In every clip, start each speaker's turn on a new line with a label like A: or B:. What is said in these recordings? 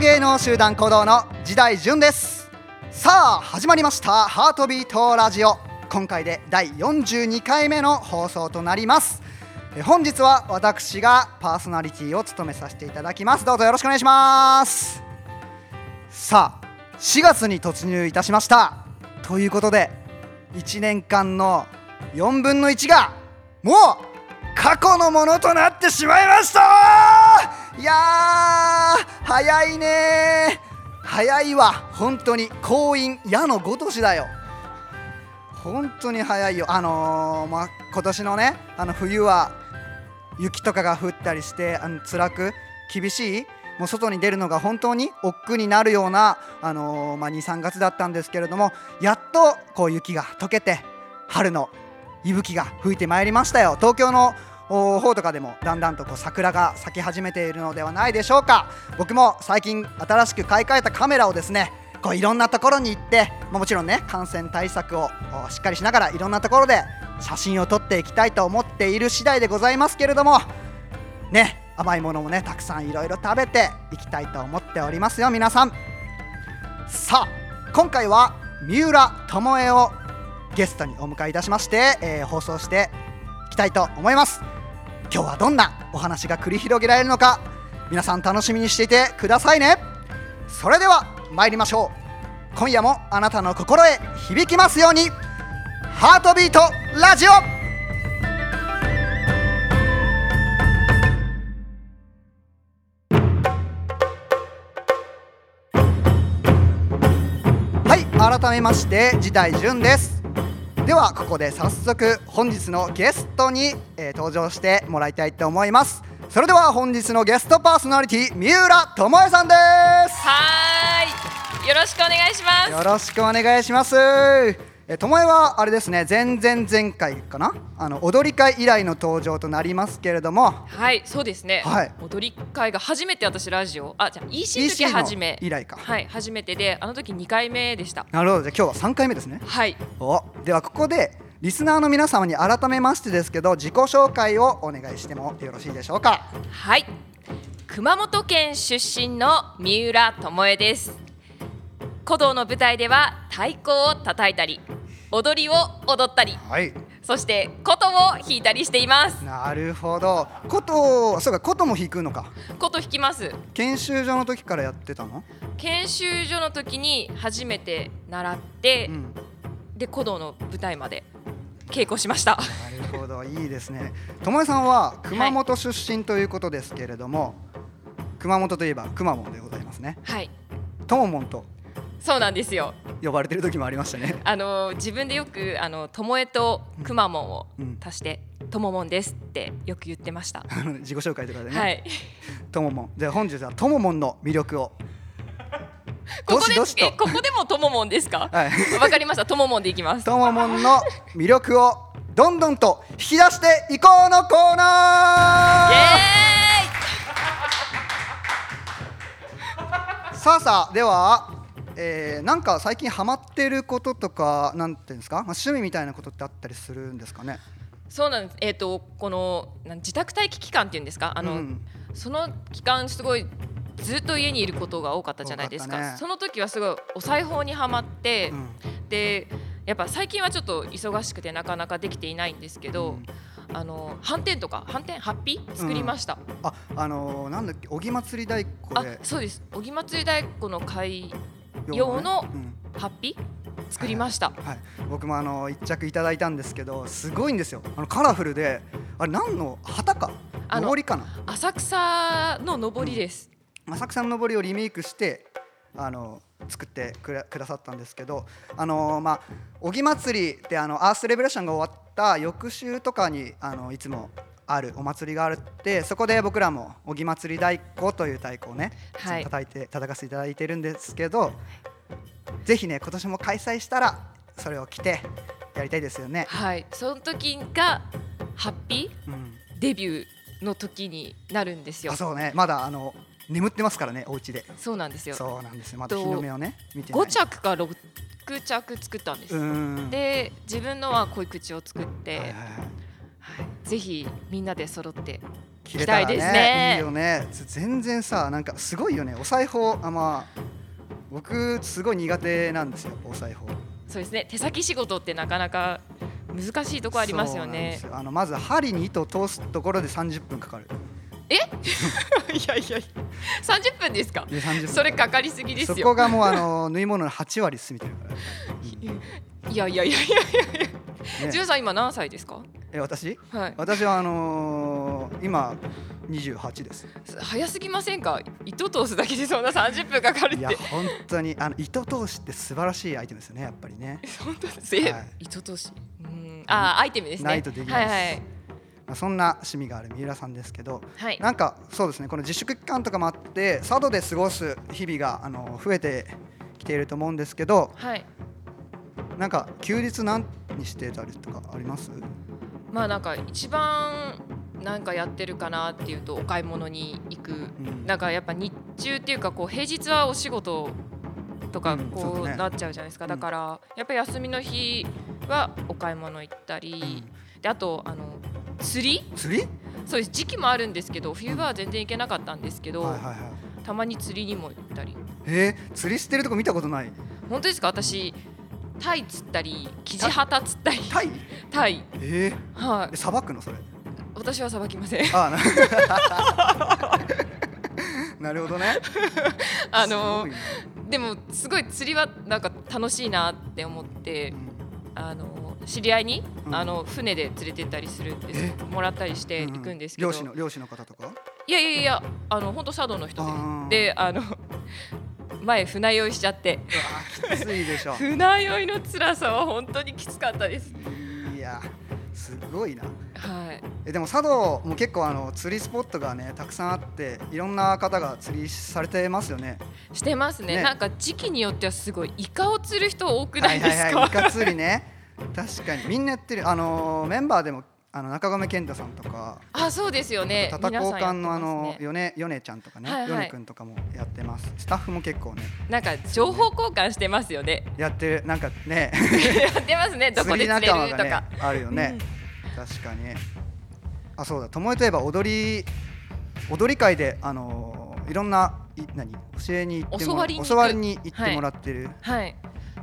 A: 芸能集団行動の時代順ですさあ始まりました「ハートビートラジオ」今回で第42回目の放送となりますえ本日は私がパーソナリティを務めさせていただきますどうぞよろしくお願いしますさあ4月に突入いたしましたということで1年間の4分の1がもう過去のものとなってしまいましたいやー早いねー早いわ本当に婚姻矢のごとしだよ本当に早いよあのー、まあ今年のねあの冬は雪とかが降ったりしてあの辛く厳しいもう外に出るのが本当に億劫になるような、あのーまあ、23月だったんですけれどもやっとこう雪が溶けて春の息吹が吹いてまいりましたよ東京のお方とかでもだんだんとこう桜が咲き始めているのではないでしょうか僕も最近新しく買い替えたカメラをですねこういろんなところに行って、まあ、もちろんね感染対策をおしっかりしながらいろんなところで写真を撮っていきたいと思っている次第でございますけれどもね甘いものもねたくさんいろいろ食べていきたいと思っておりますよ皆さんさあ今回は三浦智恵をゲストにお迎えいたしまして、えー放送していきたいと思います今日はどんなお話が繰り広げられるのか皆さん楽しみにしていてくださいねそれでは参りましょう今夜もあなたの心へ響きますようにハートビートラジオはい改めまして次代順ですではここで早速本日のゲストに、えー登場してもらいたいと思いますそれでは本日のゲストパーソナリティ三浦智恵さんです
B: はーい。よろしくお願いします。
A: よろしくお願いしますえともえはあれですね前々前回かなあの踊り会以来の登場となりますけれども
B: はい、そうですね。
A: はい
B: 踊り会が初めて私ラジオ、あ、じゃあ EC の
A: EC
B: 時
A: の
B: 初め。
A: 以来か
B: はい、初めてで、あの時二回目でした。
A: なるほどじゃあ今日は三回目ですね
B: はい。
A: おではここでリスナーの皆様に改めましてですけど自己紹介をお願いしてもよろしいでしょうか
B: はい。熊本県出身の三浦智恵です。古道の舞台では太鼓を叩いたり、踊りを踊ったり、
A: はい
B: そして琴を弾いたりしています。
A: なるほど琴をそうか琴も弾くのか
B: 琴弾きます。
A: 研修所の時からやってたの
B: 研修所の時に初めて習って、
A: うん
B: で古道の舞台まで稽古しました。
A: なるほど、いいですね。ともえさんは熊本出身ということですけれども、熊本といえばくまモンでございますね。
B: はい、
A: とももんと
B: そうなんですよ。
A: 呼ばれてる時もありましたね。
B: あの自分でよくあのともえとくまモンを
A: うん
B: 足してとももんですってよく言ってました。
A: あの自己紹介とかで
B: は
A: ね。
B: い。
A: とももん、じゃあ本日はとももんの魅力を。
B: こ
A: ど
B: こ
A: し
B: で
A: どし
B: え
A: と。
B: ここでもとももんですか？
A: はい。
B: わかりました。とももんでいきます。
A: とももんの魅力をどんどんと引き出していこうのコーナ
B: イエ
A: ー。さあさあでは、えー、なんか最近ハマってることとかなんていうんですか、まあ、趣味みたいなことってあったりするんですかね
B: ーイ。そうなんです。えっ、とこのなん自宅待機期間っていうんですか？あ
A: う
B: の、
A: ん
B: その期間すごいずっと家にいることが多かったじゃないです
A: 多
B: か
A: かったね
B: その時はすごいお裁縫にはまって、
A: うん
B: でやっぱ最近はちょっと忙しくてなかなかできていないんですけど、あの反転とか反転ハッピー作りました、
A: ああのー、なんだっけ小木祭り太鼓
B: あ
A: で
B: そうです小木祭り太鼓の会用の
A: うん
B: ハッピー作りました、
A: はい、僕もあのー一着いただいたんですけどすごいんですよあのカラフルであれ何の旗か
B: あの
A: 上りかな
B: 浅草の上りです、
A: 浅草の上りをリメイクしてあの作ってくれくださったんですけどあのまあ小木祭りってあのアースレベレーションが終わった翌週とかにあのいつもあるお祭りがあるってそこで僕らも小木祭り太鼓という太鼓をね、
B: は
A: い
B: い
A: つも叩いて叩かせていただいてるんですけどぜひね今年も開催したらそれを着てやりたいですよね。
B: はいその時がハッピ
A: うん、
B: ーデビューの時になるんですよ
A: あそうねまだあの眠ってますからねお家で。
B: そうなんですよ
A: そうなんですよまだ日の目をね見てない
B: 5着か6着作ったんです、
A: うん
B: で自分のは濃い口を作って、
A: は
B: はい
A: はいはい
B: ぜひみんなで揃って
A: 切れたら
B: 行きたいですね
A: いいよねつ全然さなんかすごいよねお裁縫あまあ僕すごい苦手なんですよお裁縫
B: そうですね手先仕事ってなかなか難しいとこありますよね
A: そうなんですあのまず針に糸を通すところで30分かかる
B: えいや いやいや30分ですか
A: で30分
B: それかかりすぎですよ
A: そこがもうあの縫い物の8割進み てるから、
B: いやいやいやいやいや
A: ね
B: ジュンさん今何歳ですか
A: え私
B: はい
A: 私はあのー、今28です
B: 早すぎませんか糸通すだけでそんな30分かかるっ
A: い
B: て
A: や本当にあの糸通しって素晴らしいアイテムですよねやっぱりね、
B: 本当ですえ、
A: はい
B: 糸通しうんあーアイテムですね
A: ないとできないです
B: はい
A: まあ、そんな趣味がある三浦さんですけど
B: はい、はい、
A: なんかそうですねこの自粛期間とかもあって佐渡で過ごす日々があの増えてきていると思うんですけど
B: はい
A: なんか休日何にしてたりとかあります
B: まあなんか一番なんかやってるかなっていうとお買い物に行く、
A: ん
B: なんかやっぱ日中っていうかこう平日はお仕事とか
A: うん
B: こ
A: そう
B: う
A: だね
B: なっちゃうじゃないですか、だからやっぱり休みの日はお買い物行ったり、であとあの釣り
A: 釣り
B: そうです時期もあるんですけど冬場は全然行けなかったんですけど、
A: はいはいはい
B: たまに釣りにも行ったり
A: えー、釣りしてるとこ見たことない
B: 本当ですか私タイ釣ったりキジハタ釣ったり
A: タイ
B: タイ
A: え
B: はい
A: ー、、さばくのそれ
B: 私はさばきません
A: ああななるほど ね
B: あ
A: す
B: の
A: ごいね
B: でもすごい釣りはなんか楽しいなって思ってあの知り合いに、
A: うん
B: あの船で連れてったりするんです
A: え
B: もらったりして
A: う
B: 行くんですけど、
A: 漁師の漁師の方とか
B: いやいやいやあの本当佐渡の人
A: あー
B: でであの前船酔いしちゃって
A: うわきついでしょ
B: 船酔いの辛さは本当にきつかったです
A: いやすごいな
B: はい
A: えでも佐渡も結構あの釣りスポットがねたくさんあっていろんな方が釣りされてますよね
B: してますね
A: ね
B: なんか時期によってはすごいイカを釣る人多くないですか、
A: はいはいはい、イカ釣りね確かにみんなやってるあのーメンバーでもあの中込健太さんとか
B: あそうですよね
A: タタ
B: 皆
A: 交
B: さんやっ
A: 換
B: て
A: の
B: ま
A: あの
B: すね
A: ヨネヨネちゃんとかね、
B: はいはい
A: ヨネくんとかもやってますスタッフも結構ね
B: なんか情報交換してますよね
A: やってるなんかね
B: やってますねどこ
A: 釣
B: で
A: り
B: 釣れ
A: 仲間
B: ると
A: がね
B: か
A: あるよね、確かにあそうだ巴といえば踊り踊り会であのーいろんない何教えに行っても
B: 教わりに行く
A: 教わりに行ってもらってる、
B: はい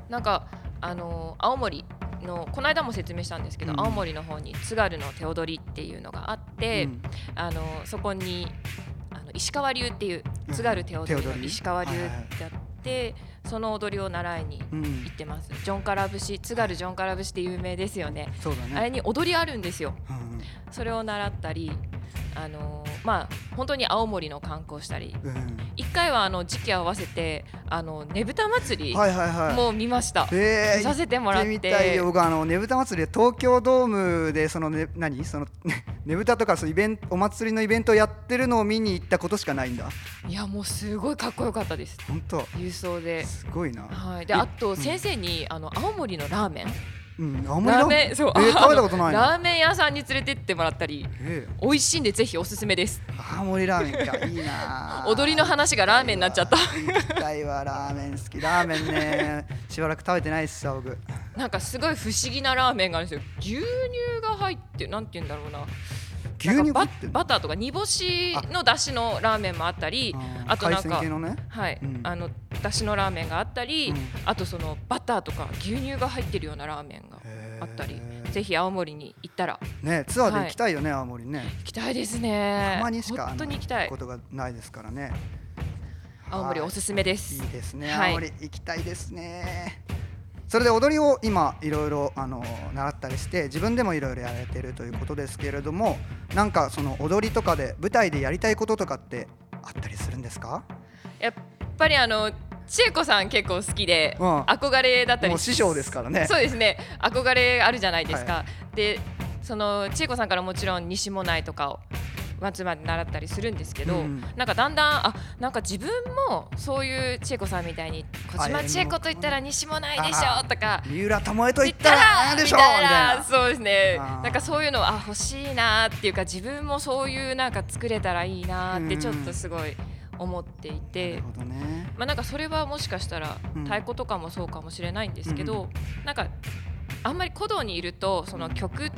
B: なんかあの青森のこの間も説明したんですけど、
A: うん
B: 青森の方に津軽の手踊りっていうのがあって、
A: うん
B: あのそこにあの石川流っていう
A: うん
B: 津軽手踊り
A: 手
B: の
A: 踊り
B: 石川流ってあって、その踊りを習いに
A: うん
B: 行ってますジョンカラ節津軽ジョンカラ節って有名ですよね
A: そうだ
B: あれ
A: ね
B: に踊りあるんですよ
A: うん
B: それを習ったりあのまあ本当に青森の観光したり
A: うんうん
B: 一回はあの時期合わせてあのねぶた祭り
A: はいはいはい
B: も見ました、
A: えー
B: 見させてもらって
A: 行みたいよ僕あのねぶた祭りで東京ドームでその、ね、何その ねぶたとかそうイベントお祭りのイベントやってるのを見に行ったことしかないんだ
B: いやもうすごいかっこよかったです
A: 本当
B: 郵送です
A: ごいな
B: はいで
A: え
B: あと先生に、あの青森のラーメン
A: うんあんまり
B: ラー
A: な
B: メンそう、
A: えー
B: あの
A: 食べたことないな
B: ラーメン屋さんに連れてってもらったり
A: ええ
B: 美味しいんでぜひおすすめです
A: 青森ラーメンかいいな
B: 踊りの話がラーメンにな っちゃった
A: 行きたいわラーメン好きラーメンねしばらく食べてないっすさ僕
B: なんかすごい不思議なラーメンがあるんですよ牛乳が入ってなんて言うんだろうな
A: 牛乳
B: なんか
A: 食
B: バ
A: ってんの
B: バターとか煮干しの出汁のラーメンもあったりあとな
A: 海
B: ん
A: 鮮
B: か
A: 系のね
B: はい、
A: うん
B: あの出汁のラーメンがあったり、
A: うん
B: あとそのバターとか牛乳が入ってるようなラーメンが
A: へー
B: あったり、ぜひ青森に行ったら
A: ねツアーで行きたいよね、青森ね
B: 行きたいですね。
A: たまにしか
B: 本当に行きた
A: あの
B: い
A: こ。とがないですからね
B: 青森おすすめです。
A: いいですね、
B: はい
A: 青森行きたいですねそれで踊りを今いろいろあの習ったりして自分でもいろいろやられてるということですけれどもなんかその踊りとかで舞台でやりたいこととかってあったりするんですか
B: やっぱりあの千恵子さん結構好きで、
A: うん
B: 憧れだったり。
A: もう師匠ですからね
B: そうですね。憧れあるじゃないですか。で、その千恵子さんからもちろん西もないとかを。まつまで習ったりするんですけど、
A: うん
B: なんかだんだんあなんか自分もそういう千恵子さんみたいに小島千恵子と言ったら西もないでし
A: あ
B: ょとか
A: 三浦巴と言ったらなんでしょうみ
B: みた
A: た
B: い
A: い
B: な
A: な
B: そうですね
A: あー
B: なんかそういうのあ欲しいなっていうか自分もそういうなんか作れたらいいなって
A: うん
B: ちょっとすごい思ってい
A: な
B: て
A: るほどね
B: まあなんかそれはもしかしたら
A: うん
B: 太鼓とかもそうかもしれないんですけど、なんかあんまり鼓動にいるとその曲っ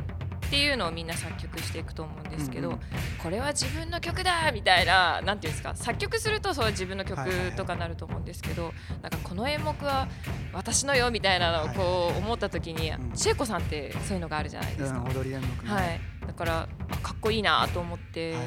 B: ていうのをみんな作曲していくと思うんですけど、
A: うんうん
B: これは自分の曲だみたいななんていうんですか作曲するとそう自分の曲
A: はいはいはい
B: とかなると思うんですけど、なんかこの演目は私のよみたいなのをこう思った時に、
A: うん
B: 千恵子さんってそういうのがあるじゃないですか。
A: うん、踊り演目ね
B: はい、だからあかっこいいなと思っ
A: は
B: て、
A: いはい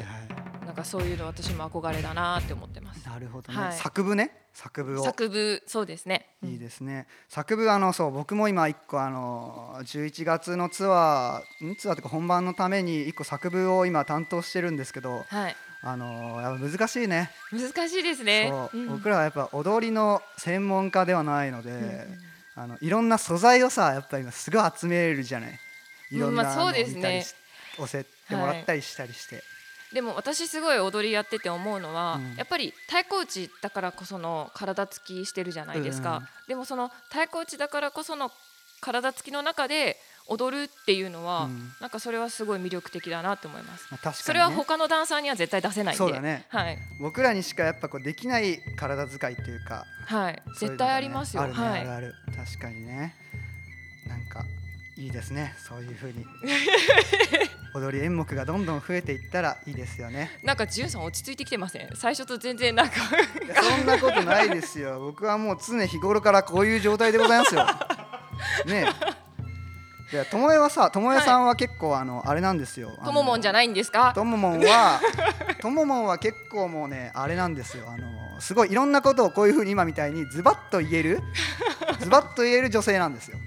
B: なんかそういうの私も憧れだなって思ってます。
A: なるほどね、
B: はい
A: 作部ね作部を
B: 作部そうですね。うん
A: いいですね作部あのそう僕も今一個あの11月のツアーんツアーというか本番のために一個作部を今担当してるんですけど
B: はい、
A: あのやっぱ難しいね
B: 難しいですね。
A: そう、
B: ん
A: 僕らはやっぱ踊りの専門家ではないので、
B: ん
A: あのいろんな素材をさやっぱり今すごい集めるじゃないいろんな
B: うんまあそうですね
A: の見たりし教えてもらったりしたりして、
B: でも私すごい踊りやってて思うのは、
A: うん
B: やっぱり太鼓打ちだからこその体つきしてるじゃないですか、
A: うん
B: でもその太鼓打ちだからこその体つきの中で踊るっていうのは、
A: うん
B: なんかそれはすごい魅力的だなと思います、
A: まあ、確かに、ね、
B: それは他のダンサーには絶対出せないんで
A: そうだね
B: はい、
A: 僕らにしかやっぱこうできない体使いっていうか
B: はい、
A: そういうのがね
B: 絶対ありますよ、
A: あるね、
B: は
A: ある
B: い
A: ある確かにねなんかいいですねそういう風 に踊り演目がどんどん増えていったらいいですよね
B: なんかじゅんさん落ち着いてきてません最初と全然なんか
A: いやそんなことないですよ僕はもう常日頃からこういう状態でござい ますよねえいやともえはさともえさんは結構あの、あれなんですよ
B: とももんじゃないんですか
A: とももんはとももんは結構もうねあれなんですよあのすごいいろんなことをこういうふうに今みたいにズバッと言え るズバッと言える女性なんですよ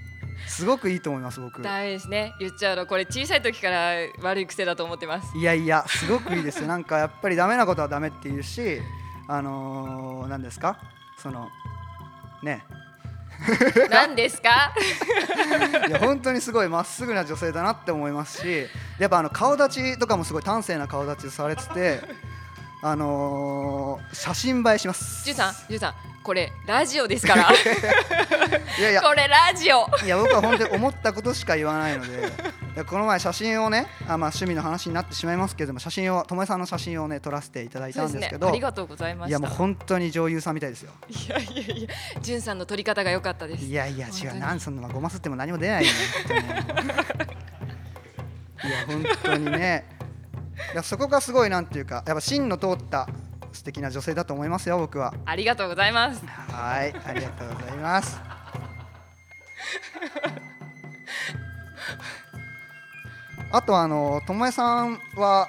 A: すごくいいと思います僕
B: ダメですね言っちゃうのこれ小さい時から悪い癖だと思っ てます
A: いやいやすごくいいですよなんかやっぱりダメなことはダメって言うしあのー、何ですかそのね
B: 何ですか
A: いや本当にすごいまっすぐな女性だなって思いますしやっぱあの顔立ちとかもすごい端正な顔立ちされててあのー、写真映えします
B: じゅんさんじゅんさんこれラジオですから
A: いやいや
B: これラジオ
A: いや僕は本当に思ったことしか言わないのでいやこの前写真をねあ、まあ、趣味の話になってしまいますけれども写真を友枝さんの写真をね撮らせていただい
B: そ
A: た
B: うんで
A: ですすけ
B: ね
A: ど
B: ありがとうございま
A: い
B: した
A: やもう本当に女優さんみたいです よ
B: いやいやいやじゅんさんの撮り方が良かったです
A: いやいや
B: 本
A: 違
B: 当に
A: うなんそんなごますっても何も出ないよね本当にいや本当にねいやそこがすごいなんていうかやっぱ芯の通った素敵な女性だと思いますよ僕は
B: ありがとうございます
A: はいありがとうございます あとあのともえさんは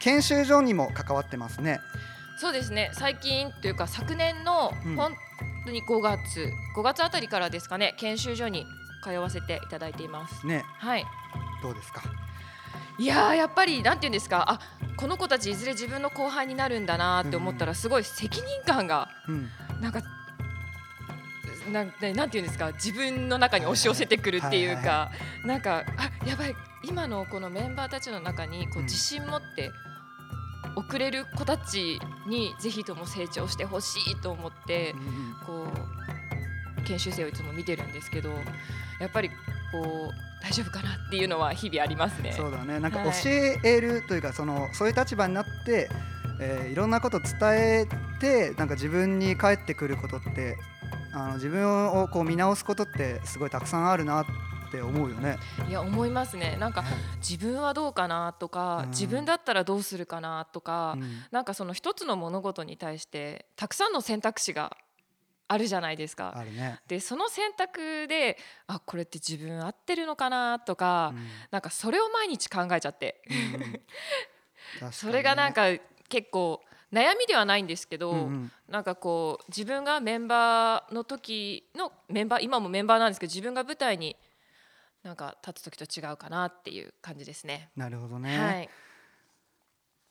A: 研修所にも関わってますね
B: そうですね最近というか昨年の
A: うん
B: 本当に5月、5月あたりからですかね研修所に通わせていただいています
A: ね
B: はい
A: どうですか
B: いやーやっぱりなんて言うんですかあこの子たちいずれ自分の後輩になるんだなーって思ったらすごい責任感が
A: うん
B: なんかなんななんていうんですか自分の中に押し寄せてくるっていう
A: はいはい
B: かなんかあやばい今のこのメンバーたちの中にこ
A: う
B: うん自信持って遅れる子たちにぜひとも成長してほしいと思って
A: うんうん
B: こう研修生をいつも見てるんですけどやっぱりこう大丈夫かなっていうのは日々ありますね。
A: そうだねなんか
B: はい
A: 教えるというか、そのそういう立場になって、えーいろんなことを伝えてなんか自分に返ってくることってあの自分をこう見直すことってすごいたくさんあるなって思うよね。
B: いや思いますねなんか自分はどうかなとか
A: うん
B: 自分だったらどうするかなとか
A: うん
B: なんかその一つの物事に対してたくさんの選択肢があるじゃないですか。
A: あるね、
B: でその選択であこれって自分合ってるのかなとか、
A: うん
B: なんかそれを毎日考えちゃって
A: うんうん確かにね
B: それがなんか結構悩みではないんですけど、
A: うんうん
B: なんかこう自分がメンバーの時のメンバー今もメンバーなんですけど自分が舞台になんか立つ時と違うかなっていう感じですね。
A: なるほどね、
B: はい、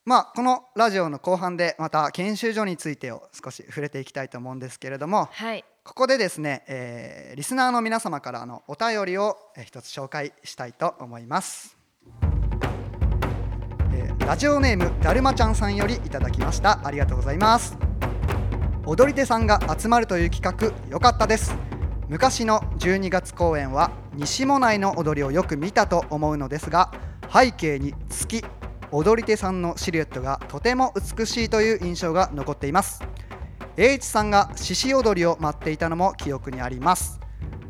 A: まあ、このラジオの後半でまた研修所についてを少し触れていきたいと思うんですけれども、
B: はい、
A: ここでですね、えーリスナーの皆様からのお便りをえー一つ紹介したいと思います、えーラジオネームだるまちゃんさんよりいただきましたありがとうございます踊り手さんが集まるという企画良かったです昔の12月公演は西も内の踊りをよく見たと思うのですが背景に月踊り手さんのシルエットがとても美しいという印象が残っています栄一さんが獅子踊りを待っていたのも記憶にあります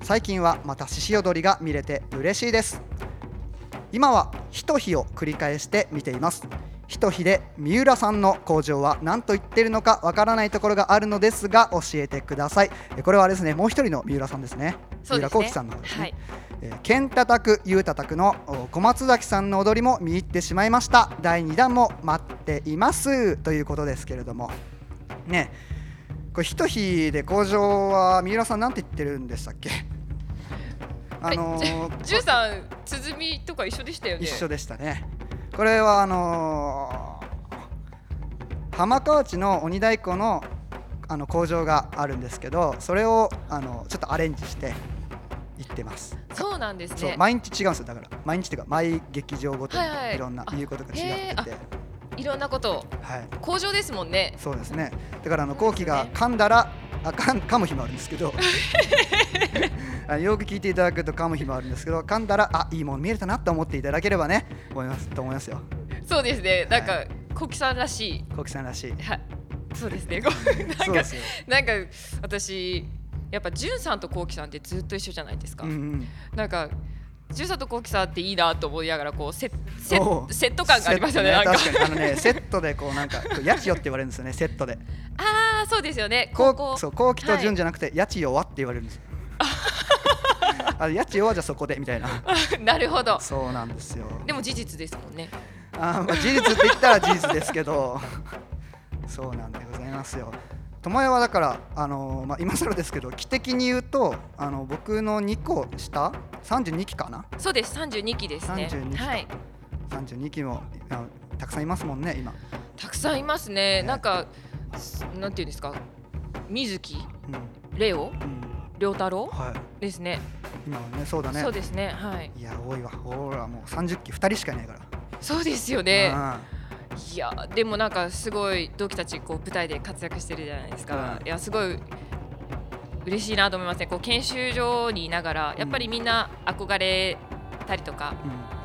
A: 最近はまた獅子踊りが見れて嬉しいです今はひと日を繰り返して見ていますひと日で三浦さんの工場は何と言ってるのかわからないところがあるのですが教えてくださいえこれはあれですねもう一人の三浦さんですね
B: そうです
A: 三浦
B: ね
A: 幸喜さんの方ですね、
B: はい
A: えー、剣叩くゆうたたくのお小松崎さんの踊りも見入ってしまいました第2弾も待っていますということですけれどもねこれひと日で工場は三浦さんなんて言ってるんでしたっけあのー
B: ジュンさん鼓とか一緒でしたよね
A: 一緒でしたねこれはあのー浜河内の鬼太鼓のあの工場があるんですけどそれをあのちょっとアレンジして行ってます
B: そうなんです
A: そう
B: ね
A: 毎日違うんですよだから毎日っていうか毎劇場ごとに
B: はいはい
A: いろんな言うことが違ってて、
B: へいろんなことを
A: はい、
B: 工場ですもんね
A: そうですねだからあの後期が噛んだらあ噛ん噛む日もあるんですけ どあよく聞いていただくと噛む日もあるんですけど噛んだらあいいもん見えたなと思っていただければね思いますと思いますよ
B: そうですねなん
A: は
B: か小木さんらし
A: 後期さんらしい
B: いはいそうですねごめんなん
A: そう
B: か
A: ですよ
B: なんか私やっぱジュンさんとコウキさんってずっと一緒じゃないですか、
A: うんうん
B: なんかジュンさんとコウキさんっていいなと思いながらこうセセ
A: おう
B: セット感がありますよね
A: セッ
B: なん
A: ト
B: か
A: 確かにあのねセットでこうなんかこうやちよって言われるんですよねセットで
B: ああそうですよね
A: こ
B: 高
A: う
B: 校
A: そう後期と順
B: じ
A: じゃなくて、やちよはって言われるん ですよあやちよはじゃあそこでみたいな
B: ゃん なるほど
A: そうなんですよ。
B: でも事実ですもんね
A: あーまあ事実って言ったら事実ですけど、そうなんでございますよ。巴はだから、あのーまあ、今更ですけど、期的に言うと、あの僕の2個下、32期かな、
B: そうです32期ですね
A: 32期か
B: はい
A: 32期もあのたくさんいますもんね、今。
B: たくさんいますね
A: ね
B: なんかすなんていうんですか水木
A: うん
B: レオ
A: うん
B: 良太郎
A: はい、
B: ですね
A: 今はね、そうだね。
B: そうですねはい
A: いや、多いわ、ほら、もう30期、2人しかいないから。
B: そうですよね
A: うん
B: いやーでもなんかすごい同期たちこう舞台で活躍してるじゃないですか、
A: うん
B: いやすごい嬉しいなと思いますねこう研修所にいながらやっぱりみんな憧れたりとか、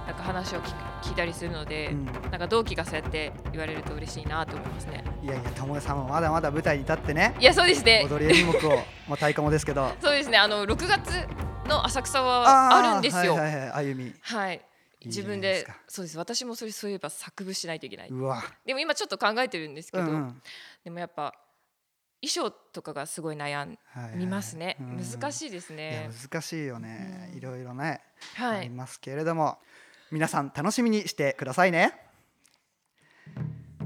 B: なんか話を聞く聞いたりするので、
A: うん
B: なんか同期がそうやって言われると嬉しいなと思いますね
A: うん、いやいや、巴さんもまだまだ舞台に立ってね、
B: いやそうですね
A: 踊り演目を、まあ、太鼓もですけど、
B: そうですね あの6月の浅草はあるんですよ
A: あー
B: は、
A: はいいはいはい、歩み。いいじ
B: 自
A: ゃない
B: 分
A: です
B: で
A: か
B: そうです私もそれそういえば作舞しないといけないう
A: わ。
B: でも今ちょっと考えてるんですけど、
A: うんうん
B: でもやっぱ衣装とかがすごい悩ん
A: はいはい
B: 見ますね、
A: うん
B: 難しいです
A: いや
B: ね
A: 難しいよね、
B: うん
A: いろいろね、
B: は
A: あり
B: い
A: ますけれども皆さん楽しみにしてくださいね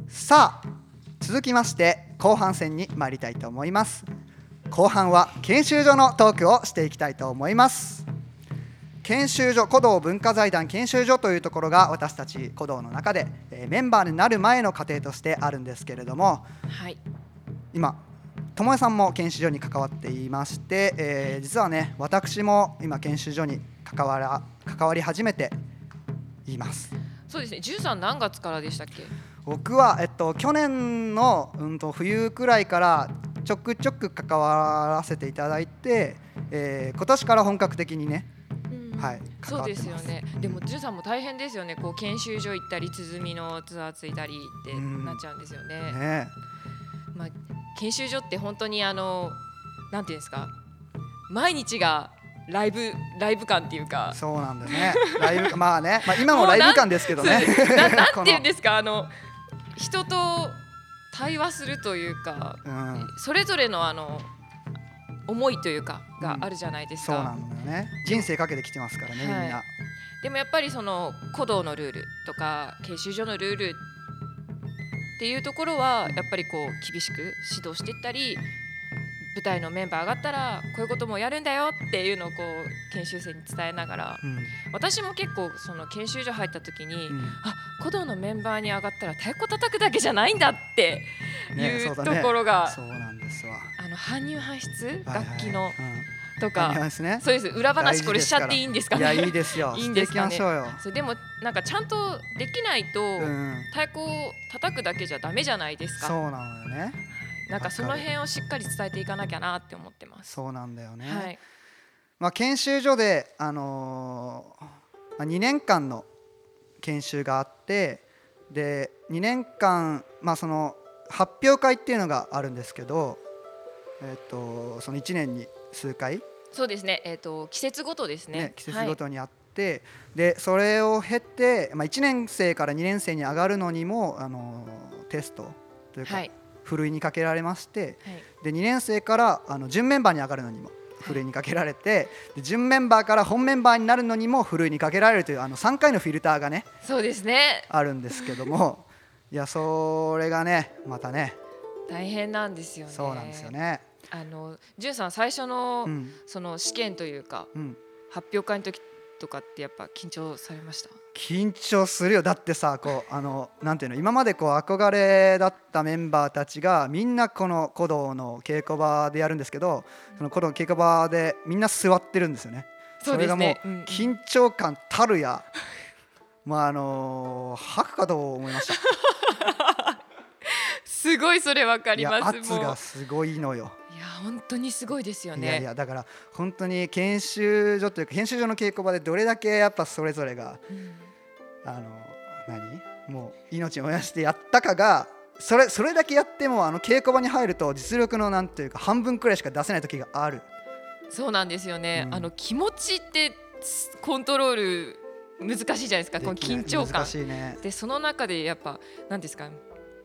A: さあ続きまして後半戦に参りたいと思います後半は研修所のトークをしていきたいと思います研修所古道文化財団研修所というところが私たち古道の中で、えーメンバーになる前の過程としてあるんですけれども
B: はい
A: 今巴さんも研修所に関わっていまして、えー実はね私も今研修所に関わら関わり始めています
B: そうですね13何月からでしたっけ
A: 僕は、えっと、去年の、うん、と冬くらいからちょくちょく関わらせていただいて、えー今年から本格的にねはい
B: そうですよね
A: 関わってます
B: でも13も大変ですよねこう研修所行ったり鼓のツアーついたりって
A: うん
B: なっちゃうんですよね、
A: ね
B: まあ研修所って本当にあのなんていうんですか毎日がライブライブ感っていうか
A: そうなんだよ ねライブまあね、まあ、今もライブ感ですけどね
B: そ うですなな
A: この
B: んていうんですかあの人と対話するというか、
A: うん
B: それぞれのあの思いというかが
A: うん
B: あるじゃないです
A: そう
B: か、
A: なんだよね人生かけてきてますからねみんな、
B: はいでもやっぱりその古道のルールとか研修所のルールっていうところはやっぱりこう厳しく指導していったり舞台のメンバー上がったらこういうこともやるんだよっていうのをこう研修生に伝えながら
A: う
B: 私も結構その研修所入った時に、
A: んうん
B: あ古道のメンバーに上がったら太鼓叩くだけじゃないんだって
A: ね
B: い
A: そううだ
B: と
A: ね
B: ころが、
A: そうなんですわ。
B: あの搬入搬出
A: はいはい
B: 楽器の
A: うん
B: とか、
A: 大変ですね。
B: そうです裏話これ
A: 大事で
B: し
A: す
B: ち
A: から
B: ゃっていいんですか
A: いや
B: ね
A: いいですよ。
B: いいん ですかね
A: していきましょうよ。
B: そうでもなんかちゃんとできないと、
A: うん、
B: 太鼓を叩くだけじゃダメじゃないです
A: そ
B: か
A: うなのよね。
B: なんかその
A: わかる
B: 辺をしっかり伝えていかなきゃなって思ってます、
A: そうなんだよね。
B: はい
A: まあ研修所であのーまあ2年間の研修があって、で2年間まあその発表会っていうのがあるんですけど、えっとその1年に数回
B: そうですねえっ、と季節ごとですね
A: ね季節ごとにあって、ってでそれを経て、まあ、1年生から2年生に上がるのにもあのテストというか、
B: はい
A: ふるいにかけられまして
B: はい
A: で2年生からあの準メンバーに上がるのにもふるいにかけられてで準メンバーから本メンバーになるのにもふるいにかけられるというあの3回のフィルターがね
B: そうですね
A: あるんですけども いやそれがねまたね
B: 大変なんですよね
A: そうなんですよね。
B: あのじゅんさん最初の、
A: うん
B: その試験というか
A: うん
B: 発表会の時とかってやっぱ緊張されました
A: 緊張するよだってさこうあのなんていうの今までこう憧れだったメンバーたちがみんなこの古道の稽古場でやるんですけどその古道の稽古場でみんな座ってるんですよね。
B: そう
A: れ
B: です
A: がもう
B: ねうんうん
A: 緊張感たるや、まああの吐くかと思い ました。
B: すごいそれわか
A: い
B: り
A: や
B: ます
A: 圧
B: もうい
A: がすごいのよ。
B: や本当にすごいですよね
A: いやいやだから本当に研修所というか研修所の稽古場でどれだけやっぱそれぞれが
B: うん
A: あの何もう命を燃やしてやったかがそれそれだけやってもあの稽古場に入ると実力のなんていうか半分くらいしか出せない時がある
B: そうなんですよね、
A: うん
B: あの気持ちってつコントロール難しいじゃないですかこの
A: できない
B: 緊張感
A: 難しいね
B: でその中でやっぱ何ですか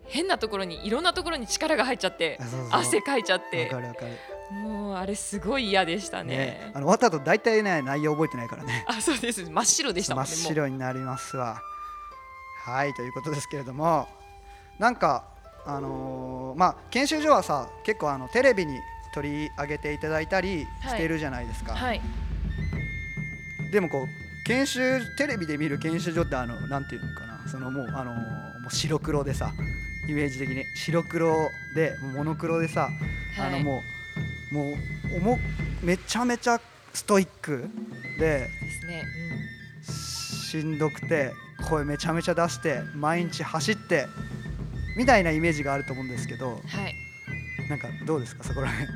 B: 変なところにいろんなところに力が入っちゃって
A: あそうそう
B: 汗かいちゃっ
A: わ
B: て
A: かるわかる
B: もうあれすごい嫌でしたね
A: ねあの終わった後大体ね内容覚えてないからね
B: あそうです真っ白でした
A: 真
B: も
A: っ
B: んねもう
A: 白になりますわはいということですけれどもなんかあのーまあ研修所はさ結構あのテレビに取り上げていただいたりしているじゃないですか、
B: はい
A: でもこう研修テレビで見る研修所ってあのなんていうのかなそのもうあのーもう白黒でさイメージ的に白黒でもうモノクロでさ、あ
B: は
A: の
B: い
A: もうもうおもめちゃめちゃストイックで
B: ですね、
A: しんどくて声めちゃめちゃ出して毎日走ってみたいなイメージがあると思うんですけど
B: うん、はい
A: なんかどうですかそこら辺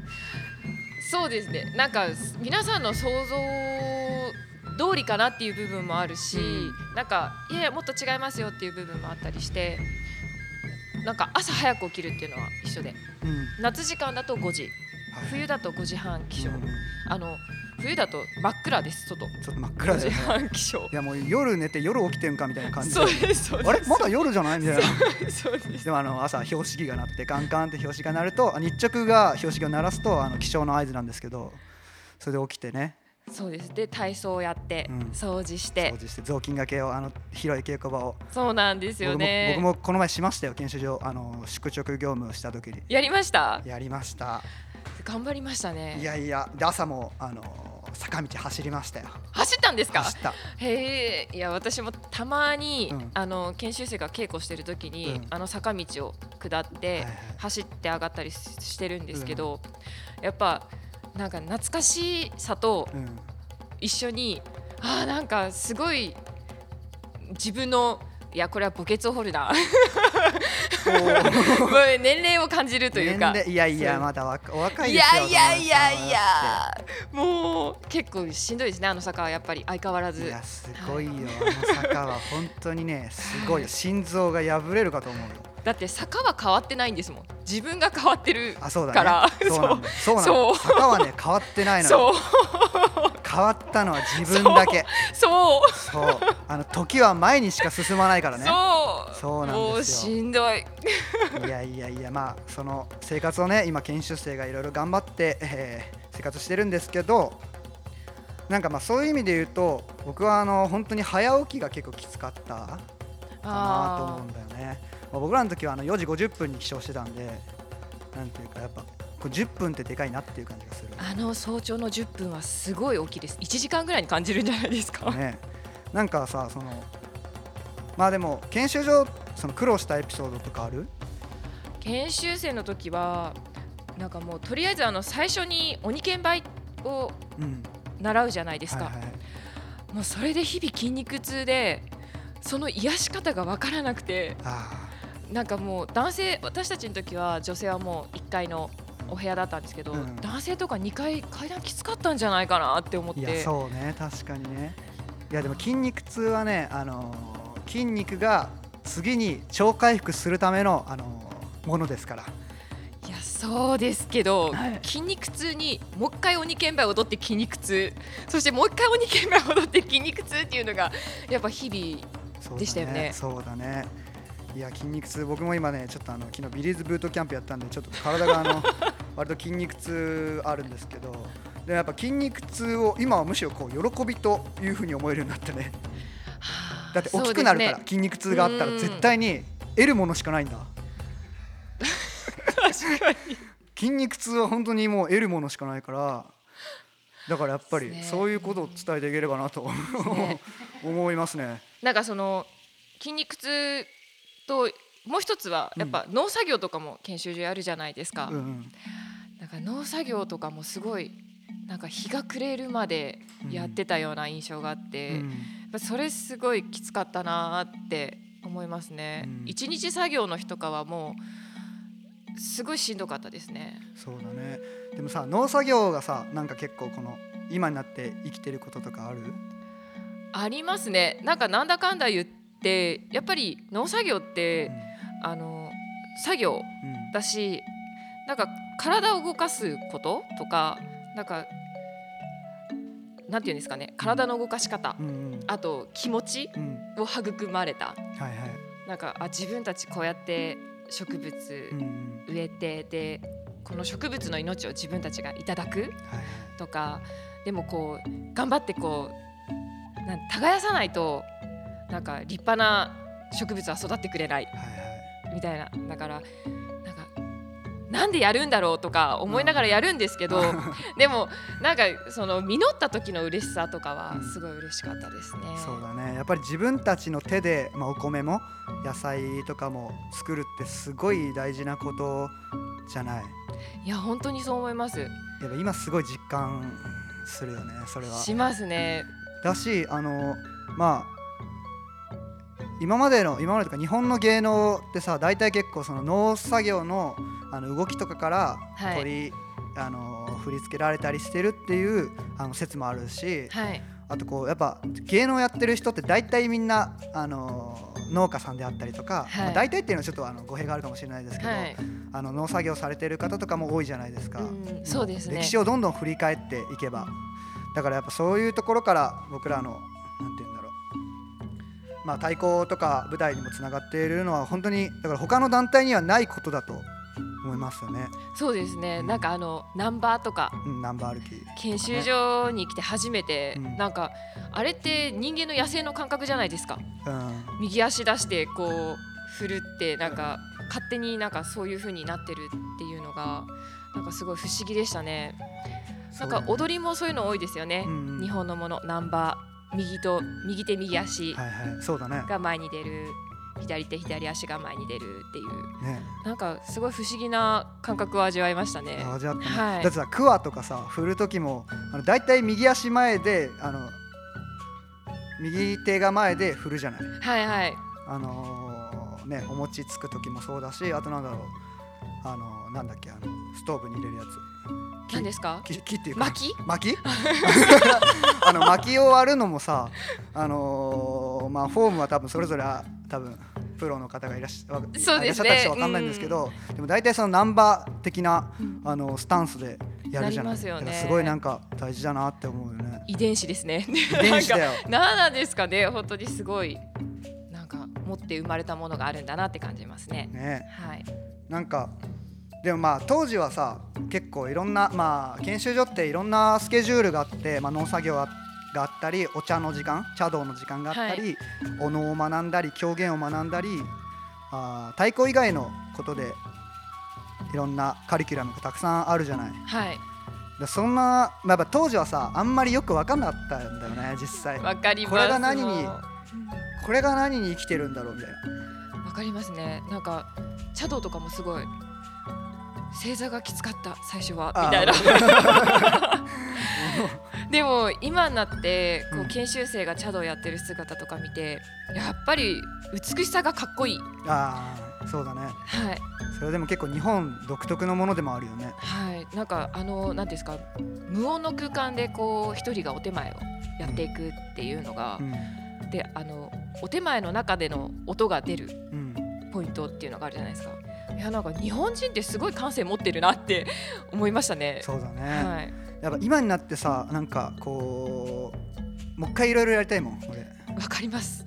B: そうですねなんかす皆さんの想像通りかなっていう部分もあるし、
A: うん
B: なんかいやいやもっと違いますよっていう部分もあったりしてなんか朝早く起きるっていうのは一緒で
A: うん
B: 夏時間だと5時冬だと5時半起床、
A: うん
B: あの冬だと真っ暗です外
A: ちょっと真っ
B: 5
A: 暗で、
B: 時
A: ね、
B: 半起床
A: いやもう夜寝て夜起きてんかみたいな感じで
B: そうですそうです
A: あれまだ夜じゃないみたいな
B: そうです
A: でもあの朝標識が鳴ってカンカンって標識が鳴るとあ日直が標識を鳴らすとあの気象の合図なんですけどそれで起きてね
B: そうですで体操をやって、
A: うん
B: 掃除して
A: 掃除して雑巾がけをあの広い稽古場を
B: そうなんですよ
A: 僕も
B: ね
A: 僕もこの前しましたよ研修所あの宿直業務をした時に
B: やりました
A: やりました
B: 頑張りましたね
A: いやいやで朝もあの坂道走りましたよ
B: 走ったんですか
A: 走った
B: へえいや私もたまに、
A: うん
B: あの研修生が稽古してる時に、
A: うん
B: あの坂道を下って、
A: はいはい
B: 走って上がったりししてるんですけど、やっぱなんか懐かしさと
A: うん
B: 一緒に、あーなんかすごい自分のいやこれは墓穴を掘 るなごめん年齢を感じ るというか
A: 年齢いやいや
B: そう
A: まだ若お若い
B: い
A: です
B: や
A: よ
B: いやいやいや
A: 田
B: もう結構しんどいですねあの坂はやっぱり相変わら
A: 中さんはだってい
B: ず
A: やすごいよあの坂は本当にねす ごいよ心臓が破れるかと思うよ
B: だって坂は変わってないんですもん自分が変わってる
A: あそうだね
B: から
A: そうなんだそうなんだ
B: そう
A: 坂はね変わってないのよ
B: そう
A: 変わったのは自分だけ
B: そう
A: そうあの時は前にしか進まないからね
B: そう
A: そうなんですよ
B: もうしんどい
A: いやいやいやまあその生活をね今研修生がいろいろ頑張って、えー生活してるんですけどなんかまあそういう意味で言うと僕はあの本当に早起きが結構きつかったかなと思うんだよねまあ僕らの時はあの4時50分に起床してたんでなんていうかやっぱこう10分ってでかいなっていう感じがする
B: あの早朝の10分はすごい大きいです1時間ぐらいに感じるんじゃないですか、
A: ね、なんかさそのまあでも研修所その苦労したエピソードとかある
B: 研修生の時はなんかもうとりあえずあの最初に鬼剣舞を
A: うん
B: 習うじゃないですか、
A: はいはい
B: もうそれで日々筋肉痛でその癒し方が分からなくて
A: あ
B: なんかもう男性私たちの時は女性はもう1階のお部屋だったんですけど、
A: うん
B: 男性とか2階階段きつかったんじゃないかなって思っ
A: ーいや
B: て
A: そうね確かにねいやでも筋肉痛はね、あのー筋肉が次に超回復するための、あのーものですから
B: いやそそうですけど、
A: はい
B: 筋肉痛にもう一回鬼剣舞踊って筋肉痛そしてもう一回鬼剣舞踊って筋肉痛っていうのがやっぱ日々
A: そうだね
B: でしたよね
A: そうだねいや筋肉痛僕も今ねちょっとあの昨日ビリーズブートキャンプやったんでちょっと体があ の割と筋肉痛あるんですけどでもやっぱ筋肉痛を今はむしろこう喜びというふうに思えるようになってねだって大きくなるから、
B: そう
A: 筋肉痛があったら
B: うん
A: 絶対に得るものしかないんだ
B: ですね確かに
A: 筋肉痛は本当にもう得るものしかないからだからやっぱり
B: ですね
A: そういうことを伝えていければなと
B: ね
A: 思いますね
B: なんかその筋肉痛ともう一つはやっぱ農作業とかも研修所やるじゃないですか、
A: うんうん
B: なんか農作業とかもすごいなんか日が暮れるまでやってたような印象があって、
A: う
B: やっ
A: ん
B: ぱそれすごいきつかったなーって思いますね
A: うん
B: 一、日作業の日とかはもうすごいしんどかったですね
A: そうだねでもさ農作業がさなんか結構この今になって生きてることとかある
B: ありますねなんかなんだかんだ言ってやっぱり農作業っ
A: う
B: て
A: ん、
B: あの作業だしなんか体を動かすこととかなんかなんていうんですかね体の動かし方、
A: うんうん
B: あと気持ち
A: うん
B: を育まれた
A: はいはい
B: なんかあ自分たちこうやって植物
A: うんうん
B: 植えてでこの植物の命を自分たちがいただく
A: はいはい
B: とかでもこう頑張ってこうなん耕さないとなんか立派な植物は育ってくれない
A: はいはい
B: みたいなだからなんかなんでやるんだろうとか思いながらやるんですけど、 でもなんかその実った時の嬉しさとかはすごい嬉しかったですね。
A: そうだねやっぱり自分たちの手で、まあ、お米も野菜とかも作るってすごい大事なことじゃない
B: いや本当にそう思います。
A: やっぱ今すごい実感するよねそれは
B: しますね。
A: だしあのまあ今までの今までとか日本の芸能ってさ大体結構その農作業のあの動きとかから
B: はい
A: 取り、あの振り付けられたりしてるっていうあの説もあるし、
B: はい
A: あとこうやっぱ芸能やってる人って大体みんな、あのー農家さんであったりとか、
B: はい
A: まあ大体っていうのはちょっとあの語弊があるかもしれないですけど、
B: はい。
A: あの農作業されてる方とかも多いじゃないですか、
B: うんそうですね
A: 歴史をどんどん振り返っていけばだからやっぱそういうところから僕らのなんて言うんだろうまあ太鼓とか舞台にもつながっているのは本当にだから他の団体にはないことだと思いますよね、
B: そうですね。
A: うん
B: なんかあのナンバーとか
A: うん、ナンバー歩き、
B: 研修所に来て初めて、
A: うん
B: なんかあれって人間の野生の感覚じゃないですか。
A: うん、
B: 右足出してこう振るってなんか勝手になんかそういう風になってるっていうのがなんかすごい不思議でしたね。な
A: そ
B: んか
A: うだね
B: 踊りもそういうの多いですよね。
A: うんうん
B: 日本のものナンバー右と右手右足
A: はいはいそうだね
B: が前に出る。左手左足が前に出るっていう
A: ね
B: なんかすごい不思議な感覚を味わいましたね。
A: あ味わったね、
B: はい
A: だってさクワとかさ振る時もあの大体右足前であの右手が前で振るじゃない
B: はいはい
A: あのーねお餅つく時もそうだしあとなんだろうあのーなんだっけあのストーブに入れるやつ
B: 何ですか
A: 木木っていうか
B: 巻き
A: 巻 き あの巻きを割るのもさあのーまあフォームは多分それぞれあ多分プロの方がいらっしゃ,、
B: そ
A: い
B: う
A: ら
B: で
A: っしゃ
B: す
A: っ
B: ね
A: たりしてわかんないんですけど、でも大体そのナンバー的な
B: うん
A: あのスタンスでやるじゃない
B: なりますよね
A: だからすごいなんか大事だなって思うよね
B: 遺伝子で すね。
A: 遺伝子だよ
B: なんなんですかね本当にすごいなんか持って生まれたものがあるんだなって感じますね。
A: ね
B: はい、
A: なんかでもまあ当時はさ結構いろんなまあ研修所っていろんなスケジュールがあって、まあ、農作業があったりお茶の時間茶道の時間があったり、お能を学んだり狂言を学んだりあー太鼓以外のことでいろんなカリキュラムがたくさんあるじゃない
B: はい、
A: でそんな、まあ、やっぱ当時はさあんまりよく分かんなかったんだよね実際
B: わかります。
A: これが何に
B: もう
A: これが何に生きてるんだろうみたいな
B: わかりますね。なんか茶道とかもすごい正座がきつかった最初はみたいな。 でも今になってこ
A: うん
B: う研修生が茶道やってる姿とか見て、やっぱり美しさがかっこいい。
A: あーそうだね
B: はい
A: それでも結構日本独特のものでもあるよね
B: はい、なんかあのなんていうんですか無音の空間でこう一人がお手前をやっていくっていうのが、
A: うん
B: であのお手前の中での音が出る
A: うん
B: ポイントっていうのがあるじゃないですかいやなんか日本人ってすごい感性持ってるなって 思いましたね。
A: そうだね、
B: はい、
A: やっぱ今になってさなんかこうもう一回いろいろやりたいもん俺、
B: わかります。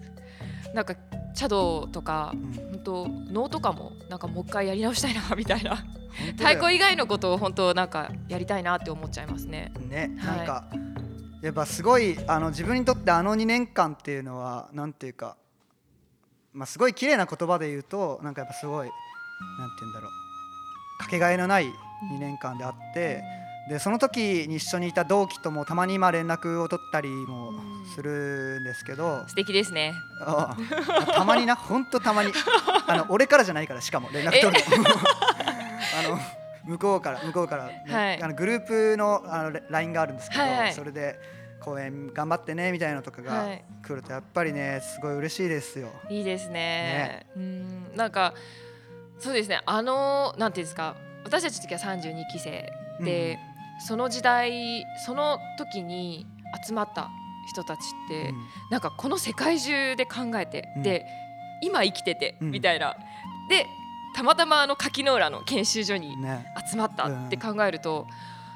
B: なんかチャドとか
A: うん本
B: 本当能とかもなんかもう一回やり直したいなみた いな
A: 当だよ
B: 太鼓以外のことを本当なんかやりたいなって思っちゃいますね。
A: ね、
B: はい
A: なんかやっぱすごいあの自分にとってあの2年間っていうのはなんていうか、まあ、すごい綺麗な言葉で言うとなんかやっぱすごいなんて言うんだろうかけがえのない2年間であって、でその時に一緒にいた同期ともたまに今連絡を取ったりもするんですけど、
B: 素敵ですね。
A: ああたまに なほんとたまにあの俺からじゃないからしかも連絡取るの あの向こうから向こうからね、
B: はい
A: あのグループのあのレ LINE があるんですけど、
B: はいはい
A: それで公演頑張ってねみたいなのとかが
B: はい
A: 来るとやっぱりねすごい嬉しいですよ。
B: いいですね。うん、なんかそうですね。あのなんていうんですか。私たちの時は三十二期生で、その時代その時に集まった人たちっ
A: う
B: て、
A: ん
B: なんかこの世界中で考えて、
A: うん
B: で今生きてて、
A: うん
B: みたいな。でたまたまあの柿の浦の研修所に
A: うんね、
B: 集まったって考えると、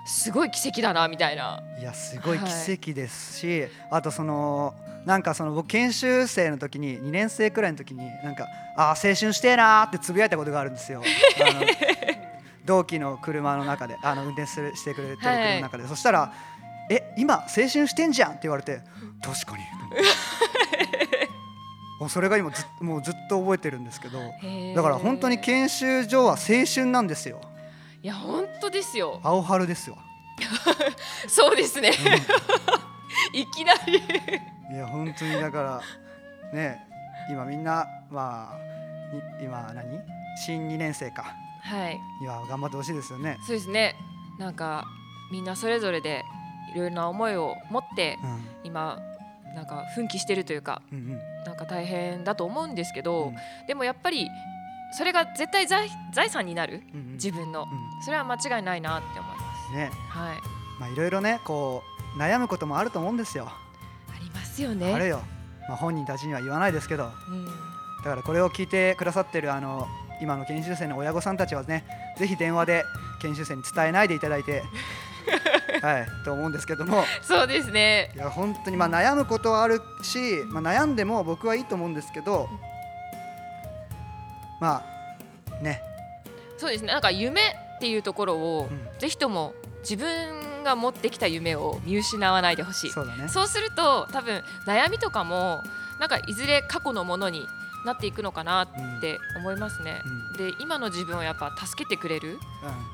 B: すごい奇跡だなみたいな。
A: いやすごい奇跡ですし、あとそのなんかその僕研修生の時に2年生くらいの時になんか「ああ青春してえな」ってつぶやいたことがあるんですよ。あの同期の車の中であの運転するしてくれてる車の中で、そしたら「え今青春してんじゃん」って言われて「確かに」もうそれが今ずっもうずっと覚えてるんですけどだから本当に
B: へー
A: 研修所は青春なんですよ
B: いや本当ですよ。
A: 青春ですよ。
B: そうですね。 いきなり。
A: いや本当にだからね今みんなまあに今何新2年生か
B: はい。
A: いや頑張ってほしいですよね。
B: そうですね。なんかみんなそれぞれでいろいろな思いを持って
A: うん
B: 今なんか奮起してるというか
A: うんうん
B: なんか大変だと思うんですけど、
A: うん
B: でもやっぱりそれが絶対財財産になる
A: うんうん
B: 自分の
A: う
B: それは間違いないなって思います。
A: んね
B: はい。
A: まあいろいろねこう悩むこともあると思うんですよ。
B: ありますよ
A: ある
B: ね。
A: よ。まあ本人たちには言わないですけど
B: うん。
A: だからこれを聞いてくださってるあの今の研修生の親御さんたちはねぜひ電話で研修生に伝えないでいただい てはいと思うんですけども。
B: そうですね。
A: いや本当にまあ悩むことはあるし、まあ、悩んでも僕はいいと思うんですけどまあね、
B: そうですね。なんか夢っていうところを、
A: うん
B: ぜひとも自分が持ってきた夢を見失わないでほしい。
A: そうだね
B: そうすると多分悩みとかもなんかいずれ過去のものになっていくのかなって思いますね。
A: うん
B: で今の自分をやっぱ助けてくれる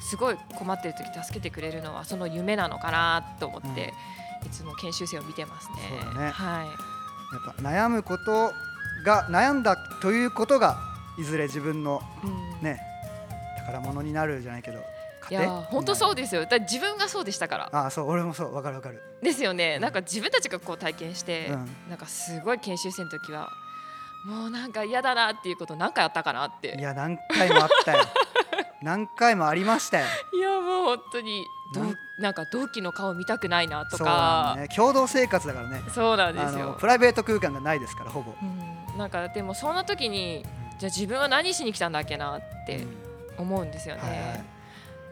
B: すごい困ってる時助けてくれるのはその夢なのかなと思って、いつも研修生を見てますね。
A: そうだね
B: は
A: う
B: い
A: ん、やっぱ悩むことが悩んだということがいずれ自分の
B: うん
A: ね宝物になるじゃないけど
B: いやー本当
A: う
B: そうですよだから自分がそうでしたから
A: ああそう俺もそうわかるわかる、
B: ですよねなんか自分たちがこう体験して、
A: うん
B: なんかすごい研修生の時はもうなんか嫌だなっていうこと何回あったかなって
A: いや何回もあった よ何回もありましたよ
B: いやもう本当にどう
A: なん
B: なんか同期の顔見たくないなと
A: そうな
B: か
A: んだね共同生活だからね
B: そうなんで
A: あ
B: す
A: の
B: よ
A: プライベート空間がないですからほぼ、
B: うんなんかでもそんな時にじゃあ自分は何しに来たんだっけなって思うんですよね、
A: はい はい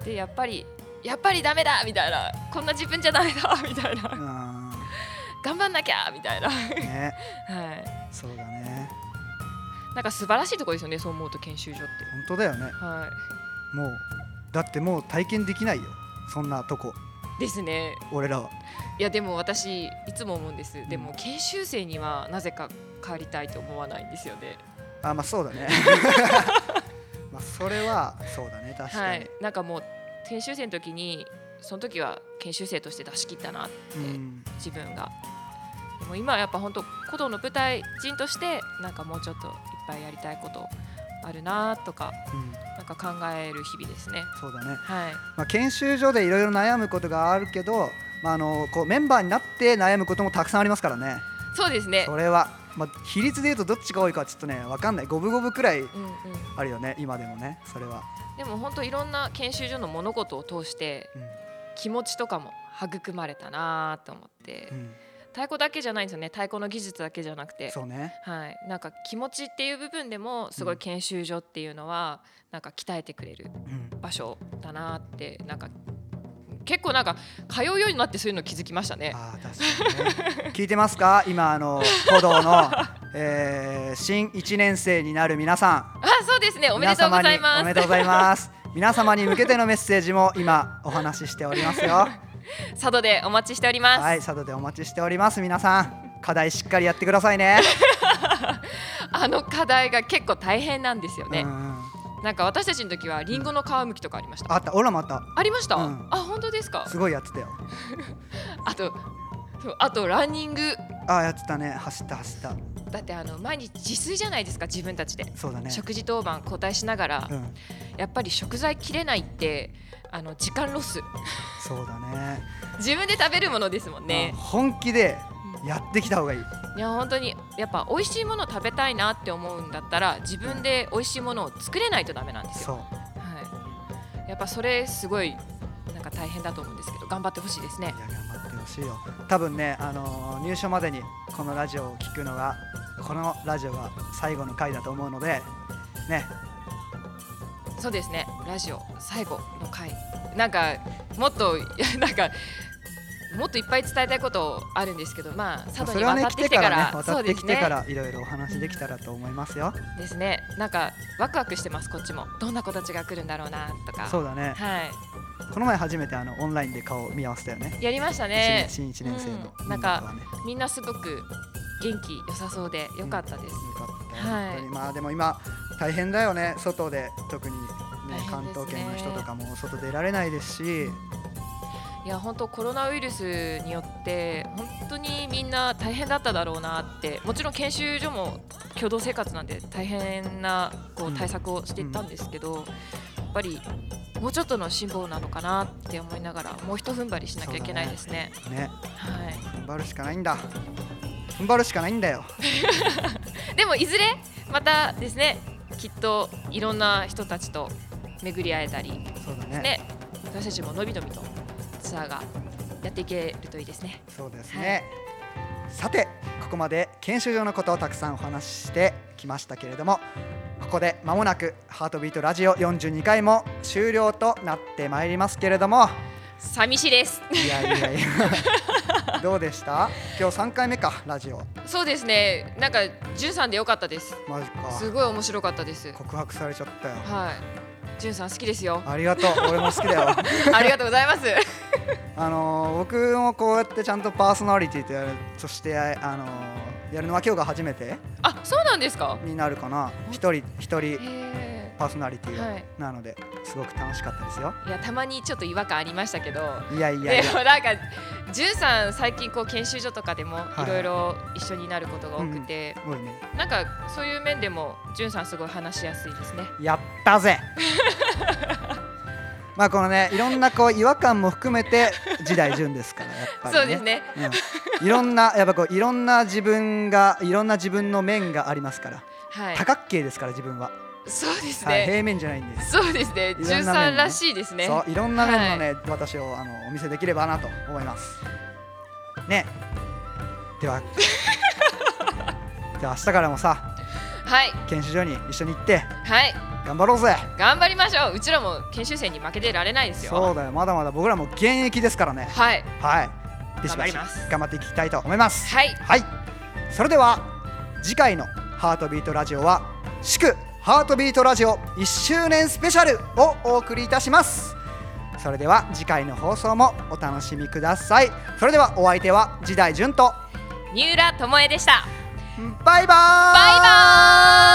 B: でやっぱりやっぱりダメだみたいなこんな自分じゃダメだみたいな
A: うん
B: 頑張んなきゃみたいな は
A: ね、
B: い
A: そうだね。
B: なんか素晴らしいところですよねそう思うと研修所って
A: 本当だよね。
B: は
A: もうだってもう体験できないよ。そんなとこ
B: いですね
A: 俺らは。
B: いやでも私いつも思うんですで
A: う
B: も研修生にはなぜか帰りたいと思わないんですよね
A: あまあそうだ ね。まあそれはそうだね確
B: は
A: かに。
B: い、なんかもう研修生の時にその時は研修生として出し切ったな
A: うん
B: 自分がでも今はやっぱ本当古道の舞台人としてなんかもうちょっといっぱいやりたいことあるなとか
A: うん
B: なんか考える日々ですね
A: そうだね。
B: はい
A: まあ研修所でいろいろ悩むことがあるけど、まああのこうメンバーになって悩むこともたくさんありますからね。
B: そうですね
A: それはまあ比率で言うとどっちが多いかはちょっとねわかんない。五分五分くらい
B: うんうん、
A: あるよね今でもねそれは。
B: でも本当いろんな研修所の物事を通して
A: うん
B: 気持ちとかも育まれたなと思って、
A: うん
B: 太鼓だけじゃないんですよね太鼓の技術だけじゃなくて
A: そうね
B: はい、なんか気持ちっていう部分でもすごい研修所っていうのはなんか鍛えてくれる
A: うん
B: 場所だなってなんか結構なんか通うようになってそういうの気づきましたね。
A: あー確かにね聞いてますか今あの鼓道の、えー新1年生になる皆さん
B: あ、そうですね。おめでとうござ
A: 皆様
B: い
A: に
B: ま
A: お
B: す
A: め。でとうございます皆様に向けてのメッセージも今お話ししておりますよ
B: 佐渡でお待ちしております。
A: はい佐渡でお待ちしております皆さん課題しっかりやってくださいね
B: あの課題が結構大変なんですよね
A: う。ん
B: なんか私たちの時はリンゴの皮むきとかありました。
A: あった俺らもあった
B: ありました。
A: うん
B: あ、本当ですか。
A: すごいやってたよ
B: あと、そうあとランニング
A: あーやってたね走った走った
B: だってあの毎日自炊じゃないですか自分たちで。
A: そうだね
B: 食事当番交代しながら、
A: うん
B: やっぱり食材切れないってあの時間ロス
A: そうだね
B: 自分で食べるものですもんね
A: まあ、本気でやってきた方がいい
B: いや本当にやっぱ美味しいものを食べたいなって思うんだったら自分で美味しいものを作れないとダメなんですよ、
A: そう
B: はい、やっぱそれすごいなんか大変だと思うんですけど頑張ってほしいですね
A: いや頑張ってほしいよ多分ね、あのー入所までにこのラジオを聞くのがこのラジオが最後の回だと思うのでね
B: そうですねラジオ最後の回なんかもっとい やなんかもっといっぱい伝えたいことあるんですけどまあ佐渡
A: そ
B: に
A: れはね
B: 渡っ
A: 来
B: て
A: て
B: きて
A: か
B: からら
A: ね渡
B: そ
A: っ
B: うで
A: てき
B: す
A: て
B: ね
A: からいろいろお話できたらと思いますよ
B: ですねなんかワクワクしてますこっちもどんな子たちが来るんだろうなとか
A: そうだね
B: は
A: この前初めてあのオンラインで顔を見合わせたよね
B: いやりましたね
A: 新1年生の
B: う
A: み
B: ん
A: んなとはね
B: みんなすごく元気良さそうで良かったです、
A: よかった、
B: はい
A: 本当にまあでも今大変だよね外で特に、ね
B: 大変ですね
A: 関東圏の人とかも外出られないですし
B: いや本当コロナウイルスによって本当にみんな大変だっただろうなってもちろん研修所も共同生活なんで大変なこ
A: う
B: うん対策をしていったんですけど、やっぱりもうちょっとの辛抱なのかなって思いながらもうひと踏ん張りしなきゃいけないですね
A: ね
B: はい
A: 踏ん張るしかないんだ踏ん張るしかないんだよ
B: でもいずれまたですねきっといろんな人たちと巡り会えたり
A: そうだね
B: ね私たちものびのびとツアーがやっていけるといいですね
A: そうですね、さてここまで研修所のことをたくさんお話ししてきましたけれどもここで間もなく「ハートビートラジオ42回」も終了となってまいりますけれども
B: 寂しいです
A: いやいやいや どうでした今日3回目かラジオ
B: そうですねなんかじゅんさんでよかったです
A: マジか
B: すごい面白かったです
A: 告白されちゃったよ
B: はいじゅんさん好きですよ
A: ありがとう俺も好きだよ
B: ありがとうございます
A: あのー僕もこうやってちゃんとパーソナリティとやるそしてあのーやるのは今日が初めて
B: あそうなんですか
A: になるかな一人一人
B: へ
A: パーソナリティを、
B: はい
A: なのですごく楽しかったですよ
B: ーいやたまにちょっと違和感ありましたけど
A: いやいやい
B: で
A: や
B: もなんかじゅんさん最近こう研修所とかでも
A: い
B: いろいろ一緒になることが多くて、
A: すごいね
B: なんかそういう面でもじゅんさんすごい話しやすいですね
A: やったぜ まあこのねいろんなこう違和感も含めて時代順ですからやっぱりね
B: そうですね
A: うんいろんなやっぱこういろんな自分がいろんな自分の面がありますから
B: はい
A: 多角形ですから自分は、
B: そうです
A: はい、
B: ね。
A: 平面じゃないんです、
B: そうですね。
A: ろんな
B: 十
A: 面
B: 三
A: ね
B: らしいですね。
A: そういろんな面のね、私をあのお見せできればなと思いますねで はでは明日からもさ
B: はい
A: 研修所に一緒に行って
B: はい
A: 頑張ろうぜ
B: 頑張りましょう。うちらも研修生に負けてられないですよ。
A: そうだよまだまだ僕らも現役ですからね
B: はい
A: はいビシバシ
B: 頑張ります
A: 頑張っていきたいと思います
B: はい
A: はい、それでは次回の「ハートビートラジオ」は「祝ハートビートラジオ1周年スペシャル」をお送りいたしますそれでは次回の放送もお楽しみくださいそれではお相手は時代順と
B: 三浦智恵でした。
A: バイバーイ
B: バイバーイ。